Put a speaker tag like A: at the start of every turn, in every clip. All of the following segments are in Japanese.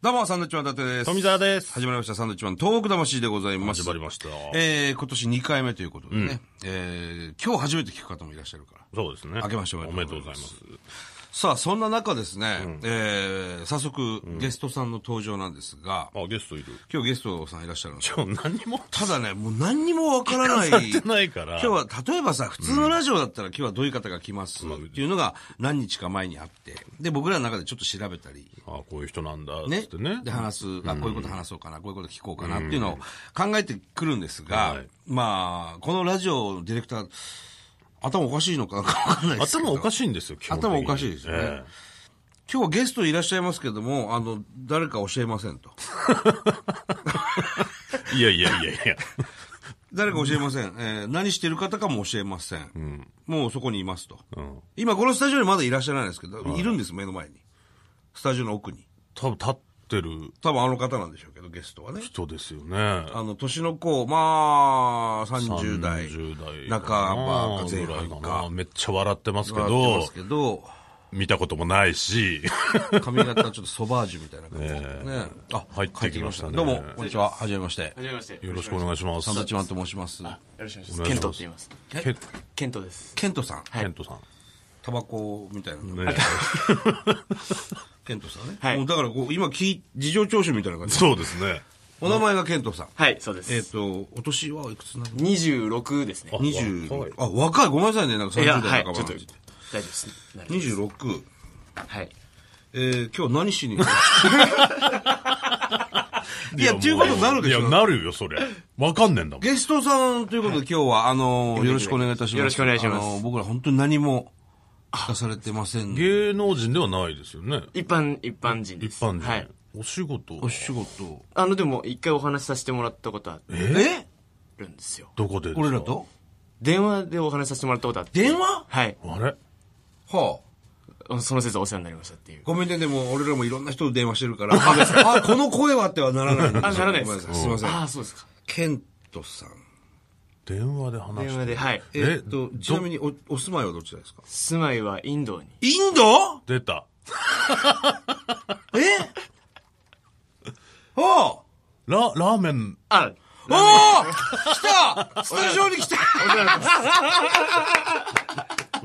A: どうも、サンドウィッチマン伊達です。
B: 富澤です。
A: 始まりました、サンドウィッチマン東北魂でございます。
B: 始まりました。
A: えー、今年2回目ということでね、えー、今日初めて聞く方もいらっしゃるから。
B: そうですね。
A: 明けましておめ
B: お
A: で
B: め
A: と
B: で
A: う
B: とう
A: ご
B: ご
A: ざ
B: ざ
A: い
B: い
A: ま
B: ますす。
A: さあ、そんな中ですね、えー、早速、ゲストさんの登場なんですが、
B: あ、ゲストいる。
A: 今日ゲストさんいらっしゃるんですよ
B: 今日何も
A: ただね、もう何にもわから ない。
B: されてないから。
A: 今日は、例えばさ、普通のラジオだったら今日はどういう方が来ますっていうのが何日か前にあって、で、僕らの中でちょっと調べたり、
B: あ、こういう人なんだ。
A: ね
B: っ。てね
A: で、。話す、あ、こういうこと話そうかな、こういうこと聞こうかなっていうのを考えてくるんですが、
B: はい
A: まあ、このラジオのディレクター、頭おかしいのかなんかわかんないですけど。
B: 頭おかしいんですよ、基本的に
A: 頭おかしいですよね
B: え
A: 今日はゲストいらっしゃいますけども、あの、誰か教えませんと。
B: えいやいやいやいや。
A: 誰か教えません。えー何してる方かも教えません。もうそこにいますと。
B: うん。
A: 今このスタジオにまだいらっしゃらないですけど、いるんです、目の前に。スタジオの奥に。
B: 多分立ってる
A: 多分あの方なんでしょうけど、ゲストはね。
B: 人ですよね。
A: あの、年の子、まあ、30代。
B: 30代
A: 半ばか前
B: ぐらい
A: 半
B: か
A: か
B: な。めっちゃ笑ってますけ
A: 笑ってま
B: ど
A: す、けど、
B: 見たこともな いし。
A: 髪型ちょっとソバージュみたいな感じでね。あ
B: 入ってきましたね
A: どうも、こんにちは。はじめまして。
C: はじめまして。
B: よろしくお願いします
A: サン。ドウィッチマンと申します。
C: よろしくお願いし
B: お
C: ま
B: 願
C: す。
B: い
C: ケ
B: します
C: ントって言います。
B: ケン
C: ケントです。
A: ケントさん。
B: ケントさん。
A: タバコみたいなの。
B: ね
A: ケントさんね。
C: はい
A: もうだからこう、今聞い、事情聴取みたいな感じ。
B: そうですね。
A: お名前がケントさん。
C: はい、そうです。
A: えっと、お年はいくつなの
C: 26ですね。
A: ?20
B: 若い。
A: あ、若い。ごめんなさいね。なんか
C: いや、
A: 30
C: は
A: 代
C: い、ち
A: 半ば
C: ょっと、
A: の
C: 大丈
A: 感じ。
C: 夫ですね。なるほど
A: 26。
C: はい。
A: えー、今日何しにい
B: い
A: や、っていうことになるでし
B: いや、
A: ょ。
B: なるよ、それ。わかんねえんだもん。
A: ゲストさんということで今日は、あのー、よろしくお願いいたします。
C: よろしくお願いします
A: あのー僕ら本当に何も聞かされてません。
B: 芸能人ではないですよね。
C: 一般、一般人で
B: 一
C: す。
B: 般人。
C: はい。
B: お仕事
A: お仕事。
C: あの、でも、一回お話しさせてもらったことあ
A: え
C: るんですよ。
B: どこでですか
A: 俺らと
C: 電話でお話しさせてもらったことあって。
A: 電話
C: はい。
B: あれ
A: はあ。
C: その説はお世話になりましたっていう。
A: ごめんね、でも俺らもいろんな人と電話してるから。あ、この声はってはならないんですよ。
C: あならないです
A: ごめんさすいません。
C: ああ、そうですか。
A: ケントさん。
B: 電話で話
C: 電
B: し
C: 話
B: て
C: で、はい。
A: えっと、ちなみにお、お住まいはどちらですか
C: 住まいはインドに。
A: インド
B: 出た。
A: えはあ
B: ラ、ラーメン、
C: あ
A: おー来たスタジオに来た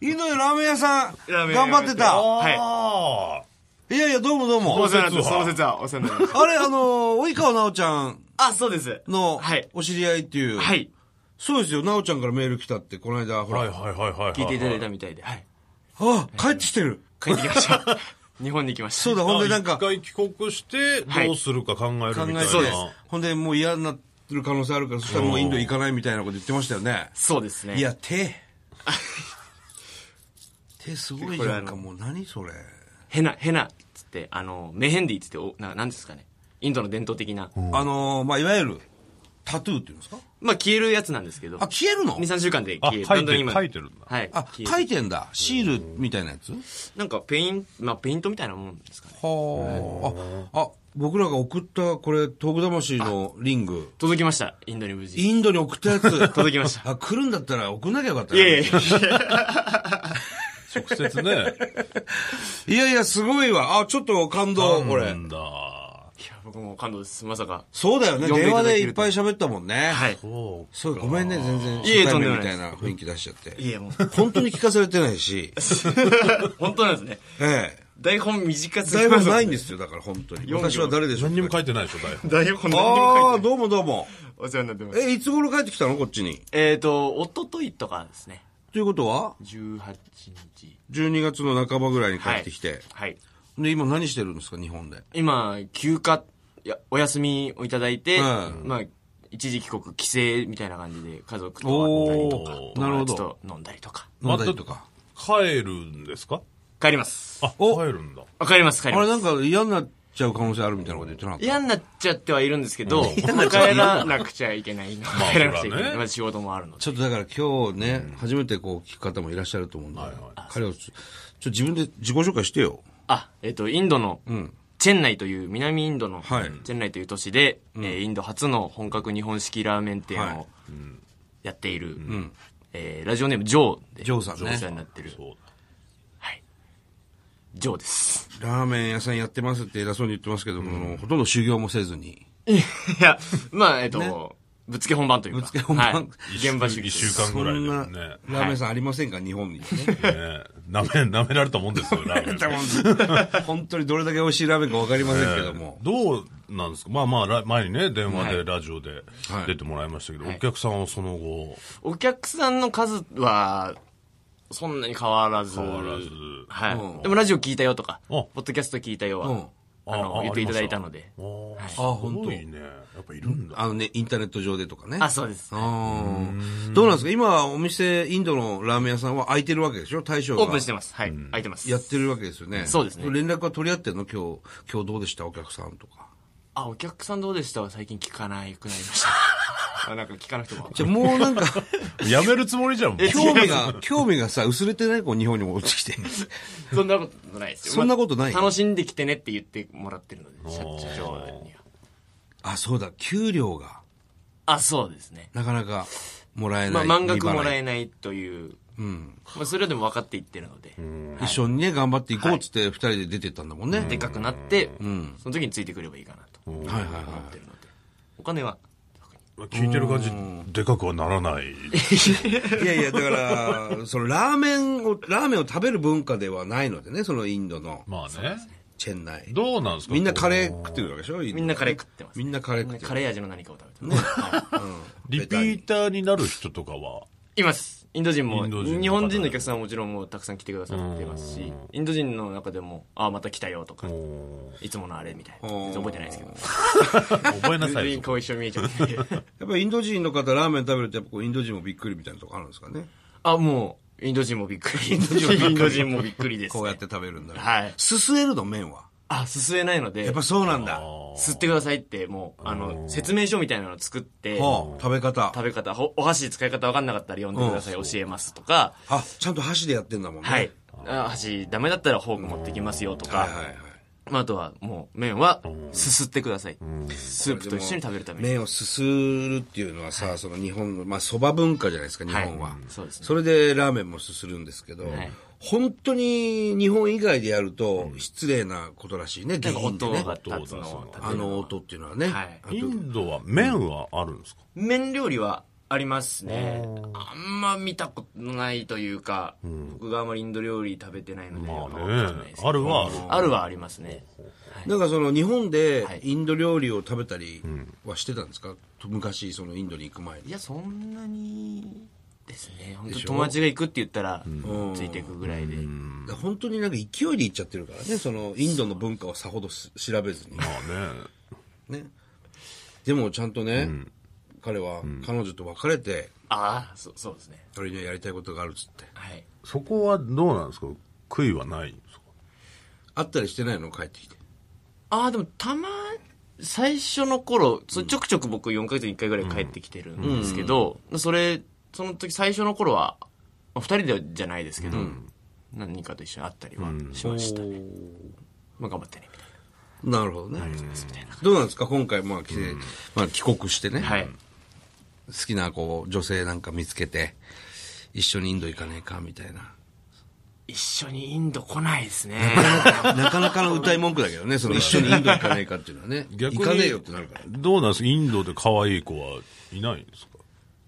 A: インドでラーメン屋さん、
C: ラーメン屋
A: 頑張ってた。
C: はい
B: あ
A: いやいや、どうもどう
C: お
A: も。
C: 世話になった、その説はお世話になりました。
A: あれ、あのー、及川奈緒ちゃん
C: あ、そうです。
A: の
C: はい、
A: お知り合いっていう。
C: はい。
A: そうですよ、奈緒ちゃんからメール来たって、この間、ほ
B: あ。
A: ら。
B: は
A: はいい、
B: はいはいはいはい。
C: 聞いていただいたみたいで。はい。
A: あ、帰ってきてる。
C: 帰ってきました。 日本に来ました。
A: そうだ、
B: あ。
A: ほん
B: ほん
A: で
B: で
A: なんか、
B: 一回帰国して、
C: はい
B: どうするか考えるみ
A: 考
B: たい
A: え
B: な。
A: て
C: そうです
A: ほんで、もう嫌になってる可能性あるから、そしたらもうインド行かないみたいなこと言ってましたよね。
C: そうですね。
A: いや、 手。手すごいじゃん
C: これあ
A: か、
C: の
A: もう何それ。
C: ヘナ、ヘナっつって、あの、メヘンディっつって、おななんですかね。インドの伝統的な。
A: あのー、まあ、いわゆる、タトゥーっていうんですか
C: まあ、消えるやつなんですけど。
A: あ、消えるの
C: 2、3週間で
B: あ、
C: 消え
B: 書
C: る。
B: いてる、書いてるんだ。
C: はい。
A: あ、
C: 消
A: 書
C: える
A: いてんだ。シールみたいなやつ
C: なんか、ペイン、まあ、ペイントみたいなもんですかね。
A: はあ。あ、僕らが送った、これ、東北魂のリング。
C: 届きました。インドに無事。
A: インドに送ったやつ。
C: 届きました。
A: あ、来るんだったら送んなきゃよかった
C: い
A: な
C: やいやいや。
B: 直接 ね。
A: いやいや、すごいわ。あ、ちょっと感動、こ
B: な
A: れ。
B: んだ。
C: 僕も感動です。まさか。
A: そうだよね。
C: 呼んでい
A: 電話
C: ただ
A: で
C: け
A: いっ
C: ると
A: ぱい喋ったもんね。
C: はい。
B: そう。
A: そう、ごめんね、全然。
C: い
A: 初対
C: え
A: 面
C: とんでも
A: み
C: ない
A: た
C: で
A: い
C: す
A: な雰囲気出しちゃって。
C: いや、もう。
A: 本当に聞かされてない し。
C: 本当なんですね。
A: ええ。
C: 台本短すぎ
A: 台
C: ま
A: 本
C: す
A: ないんですよ、だから本当に。
C: 四行
A: 私は誰でしょう
B: 何にも書いてないでしょ、台本。
C: 台本何
A: あ
C: にも書
A: あ、
C: いてない。
A: どうもどうも。
C: お世話になってます。
A: え、いつ頃帰ってきたのこっちに。
C: えっと、おとといとかですね。
A: ということは
C: 18日。
A: 12月の半ばぐらいに帰ってきて。
C: はい。
A: で、今何してるんですか、日本で。
C: 今、休暇、いや、お休みをいただいて、
A: うん
C: まあ、一時帰国、帰省みたいな感じで、家族と会ったりとか
B: お、ー
A: なるほど
C: 友達と飲んだりとか。
A: 飲んだりとか。
B: 帰るんですか
C: 帰ります。
B: あ、帰るんだ。
C: あ帰ります、帰り
A: あ
C: ま
A: れ
C: す。
A: なんか嫌になっちゃう可能性あるみたいなこと言ってなかった
C: 嫌になっちゃってはいるんですけど、帰らなくちゃい けないの。
B: あ
C: 帰らなくちゃ
B: そ
C: いけな
B: ら
C: い。
B: ね
C: まず仕事もあるので。
A: ちょっとだから今日ね、初めてこう聞く方もいらっしゃると思うんで、彼をちょ、ちょっと自分で自己紹介してよ。
C: あ、えっ、と、インドの、チェンナイという、南インドの、
A: はい
C: チェンナイという都市で、えーインド初の本格日本式ラーメン店
A: はい
C: をやっている、えーラジオネームジョーで、
A: ジョーさんね
C: お世話になってる。
B: そう
C: はい。ジョーです。
A: ラーメン屋さんやってますって偉そうに言ってますけど、このほとんど修行もせずに。
C: いや、まあ、えっと、ぶっつけ本番というか。
A: ぶっつけ本番
C: はい、現場主義
B: 一週間
A: そ
B: ぐらい
A: ん
B: で
A: な
B: も
A: ラ
B: ね。ね
A: ーメン屋さんありませんか、日本に、ね。
B: え舐め、舐められたもんです よ、ラー メン。
A: 本当にどれだけ美味しいラーメンかわかりませんけども。
B: どうなんですかまあまあ、ら前にね、電話
C: は
B: で、
C: い
B: ラジオで
A: はい
B: 出てもらいましたけど、
C: はい
B: お客さんはその後、
C: お客さんの数は、そんなに変わらず。
B: 変わらず
C: はい。
A: うん
C: でもラジオ聞いたよとか、
B: あ
C: ポッドキャスト聞いたよは、
A: うん
C: あの
B: ああ
C: 言っていただいたので。
B: あー
A: あ
B: す
A: 本
B: ご
A: 当
B: いね。やっぱいるんだ。
A: あのね、インターネット上でとかね。
C: あ、そうです。
A: うんどうなんですか今、お店、インドのラーメン屋さんは開いてるわけでしょ大将が。
C: オープンしてます。はい。空いてます。
A: やってるわけですよね。
C: そうですね
A: 連絡は取り合ってんの今日、今日どうでした お客さんとか。
C: あ、お客さんどうでしたは最近聞かないくなりました。あなんか聞かなくても。
A: じゃあもうなんか、
B: やめるつもりじゃん、もう
C: え
A: 興味が、興味がさ、薄れてないこう日本に戻ってきて。
C: そんなことないですよ。
A: そんなことない
C: まあ楽しんできてねって言ってもらってるので、社
B: ー
C: 社長には。
A: あ、そうだ、給料が、
C: あ、そうですね。
A: なかなか、もらえ
C: ま
A: な
C: あ、
A: い。
C: 満額もら
A: え
C: えないという。
A: うん。
C: まあ、それでも分かっていってるので。
A: 一緒にね、頑張っていこうっつって、二人で出てったんだもんね。
C: でかくなって、その時についてくればいいかなと思
A: はいはいはい。
C: ってるので。お金は、
B: 聞いてる感じ、でかくはならない。
A: いやいや、だから、そのラーメンを、ラーメンを食べる文化ではないのでね、そのインドの
B: まあね。
A: チェン内。
B: どうなんですか
A: みんなカレー
B: こ
A: 食ってるわけでしょみ
C: みんなカレー食ってます。
A: みんなカレー
C: み
A: 食っ
C: んな
A: て
C: カ
A: る。
C: レー味の何かを食べてます。
B: うリピーターになる人とかは、
C: います。インド人も、
B: インド人の方
C: 日本人のお客さんはもちろんもうたくさん来てくださってますし、インド人の中でも、ああ、また来たよとか、
B: も
C: いつものあれみたいな。
A: うん
C: 全然覚えてないですけど。
B: う覚えなさい
C: 全
B: よ
C: 員。顔一緒に見え ちゃって。
A: やっぱりインド人の方、ラーメン食べると、やっぱこうインド人もびっくりみたいなとこあるんですかね。
C: あ、もう、インド人もびっくり。インド人もびっくりです、
A: こうやって。食べるんだから
C: はい
A: すすえるの、麺は。
C: あ、すすえないので、
A: やっぱそうなんだ。
C: 吸ってくださいって、もう、あの、説明書みたいなのを作って、
A: はあ、食べ方。
C: 食べ方、ほお箸使い方わかんなかったら読んでください、教えますとか、
A: あ、ちゃんと箸でやってんだもんね。
C: はい。。あ箸ダメだったらフォーク持ってきますよとか、
A: はいはいはい。
C: まあ、あとはもう麺はすすってください。スープと一緒に食べるために。
A: 麺をすするっていうのはさ、その日本の、まあ、蕎麦文化じゃないですか、日本は。
C: はいそうですね
A: それでラーメンもすするんですけど、
C: はい
A: 本当に日本以外でやると失礼なことらしいね、
C: なんか
A: 原因で
C: 音
A: ね
C: が。立つのを立てる
A: あの音っていうのはね。
C: はい
A: あ
B: イ
A: と
B: ンドは麺はあるんですか
C: 麺料理はありますね。あんま見たことないというか、僕があまりインド料理食べてないので、やっぱわかんないですけど
B: あるはある
C: あるはありますね。
A: なんかその日本で
C: はい
A: インド料理を食べたりはしてたんですか、昔そのインドに行く前
C: い
A: に。
C: や、そんなにですね。本当
A: でしょ
C: 友達が行くって言ったら、ついていくぐらいで。
A: 本当になんか勢いで行っちゃってるからね、そのインドの文化をさほどす調べずに。
B: まあね。
A: ね。でもちゃんとね、彼は彼女と別れて、
C: ああ、そそうですね。
A: 俺にはやりたいことがあるっつって。
C: はい。
B: そこはどうなんですか悔いはないんですか
A: 会ったりしてないの帰ってきて。
C: ああ、でもたま、最初の頃、そちょくちょく僕4ヶ月に1回ぐらい帰ってきてるんですけど、それ、その時最初の頃は、まあ、2人でじゃないですけど、何人かと一緒に会ったりはしましたね。まあ頑張ってね、みたい
A: なるほどね。
C: なみたいな。
A: どうなんですか今回、まあ、帰省、まあ、帰国してね、
C: はい。
A: 好きな、こう、女性なんか見つけて、一緒にインド行かねえか、みたいな。
C: 一緒にインド来な いですね。
A: なかなかの歌い文句だけどね、その一緒にインド行かねえかっていうのはね。行かねえよってなるから。
B: どうなんですかインドで可愛い子はいないんですか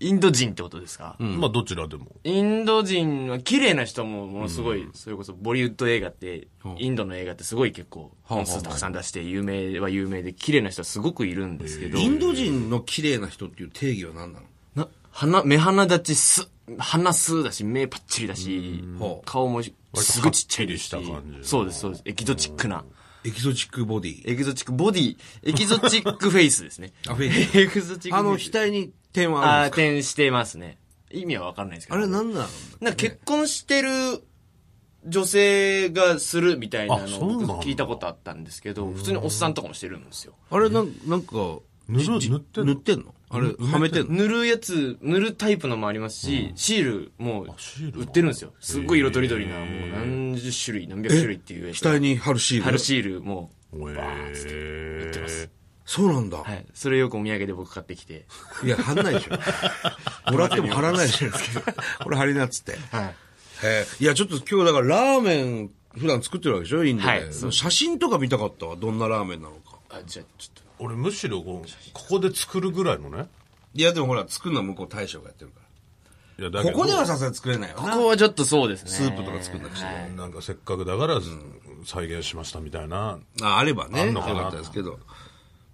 C: インド人ってことですか、
B: まあどちらでも。
C: インド人は綺麗な人もものすごい、それこそボリウッド映画って、インドの映画ってすごい結構本数たくさん出して、有名は有名で、綺麗な人はすごくいるんですけど、
A: インド人の綺麗な人っていう定義は何なの
C: な鼻、目鼻立ちす、鼻すだし、目パッチリだし
A: ほ、う
C: 顔もすごいちっちゃいですし
B: はっきりした感じ
C: そうです、そうです。エキゾチックな。
A: エキゾチックボディ。
C: エキゾチックボディ、エキゾチックフェイスですね。
A: あフェイス
C: エキゾチック
A: あ
C: フェ
A: の、
C: イス。
A: 額に点はあるんです
C: あー、
A: か
C: 点してますね。意味はわかんないですけ
A: あ
C: ど。
A: れ何なの
C: なんか結婚してる女性がするみたいな
B: あ
C: の
B: そ
C: を
B: うなんだ
C: 僕聞いたことあったんですけど、普通におっさんとかもしてるんですよ。
A: あれなん、なんか、
B: 塗る塗ってん
A: 塗っ
B: の
A: てんのあれ、はめてんの
C: 塗るやつ、塗るタイプのもありますし、シールも
B: シールも
C: 売ってるんですよ。すっごい色とりどりな、もう何十種類、何百種類っていうやつ。
A: 額に貼るシール。
C: 貼るシールも、
B: え
C: ってます
A: そうなんだ。
C: はい。それよくお土産で僕買ってきて。
A: いや、貼んないでし ょ。もらっても貼らないでしょ。これ貼りなっつって。
C: はい。
A: えーいや、ちょっと今日だからラーメン普段作ってるわけでしょインドで。
C: はいそう
A: 写真とか見たかったわ。どんなラーメンなのか。
C: あ、じゃあ、ちょっ
B: 俺むしろこうここで作るぐらいのね
A: いや、でもほら、作るのは向こう大将がやってるか
B: いや
A: ら。
B: だけ
A: こ
B: ど
A: こではさすがに作れないよ
C: と。
A: な。
C: ここはちょっとそうですね。
A: スープとか作んなくちゃいけない。
B: なんかせっかくだから、再現しましたみたいな、
A: ああればね、
B: あん
A: よ
B: のかな
A: かったですけど。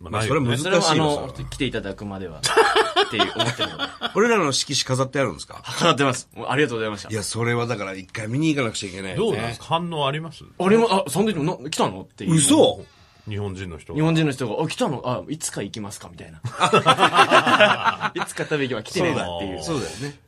B: ま
A: まあ
B: ない
A: それ
B: よ
A: は
B: ね
A: 難しい
C: それはあ
A: よ
C: の
A: そ、
C: 来ていただくまでは、っていう思ってるので。
A: 俺らの色紙飾ってあるんですか
C: 払ってます。もうありがとうございました
A: い。や、それはだから一回見に行かなくちゃいけない
B: ど
A: よ
B: うなんで
A: ね
B: す。か反応あります
C: あれも、あ、サンドイッチもな来たのっていう。
A: 嘘
B: 日本人の人
C: 日本人の人が、あ、来たのあ、 いつか行きますかみたいな。いつか食べ行きは来てねえなっていう。
A: そうだよね。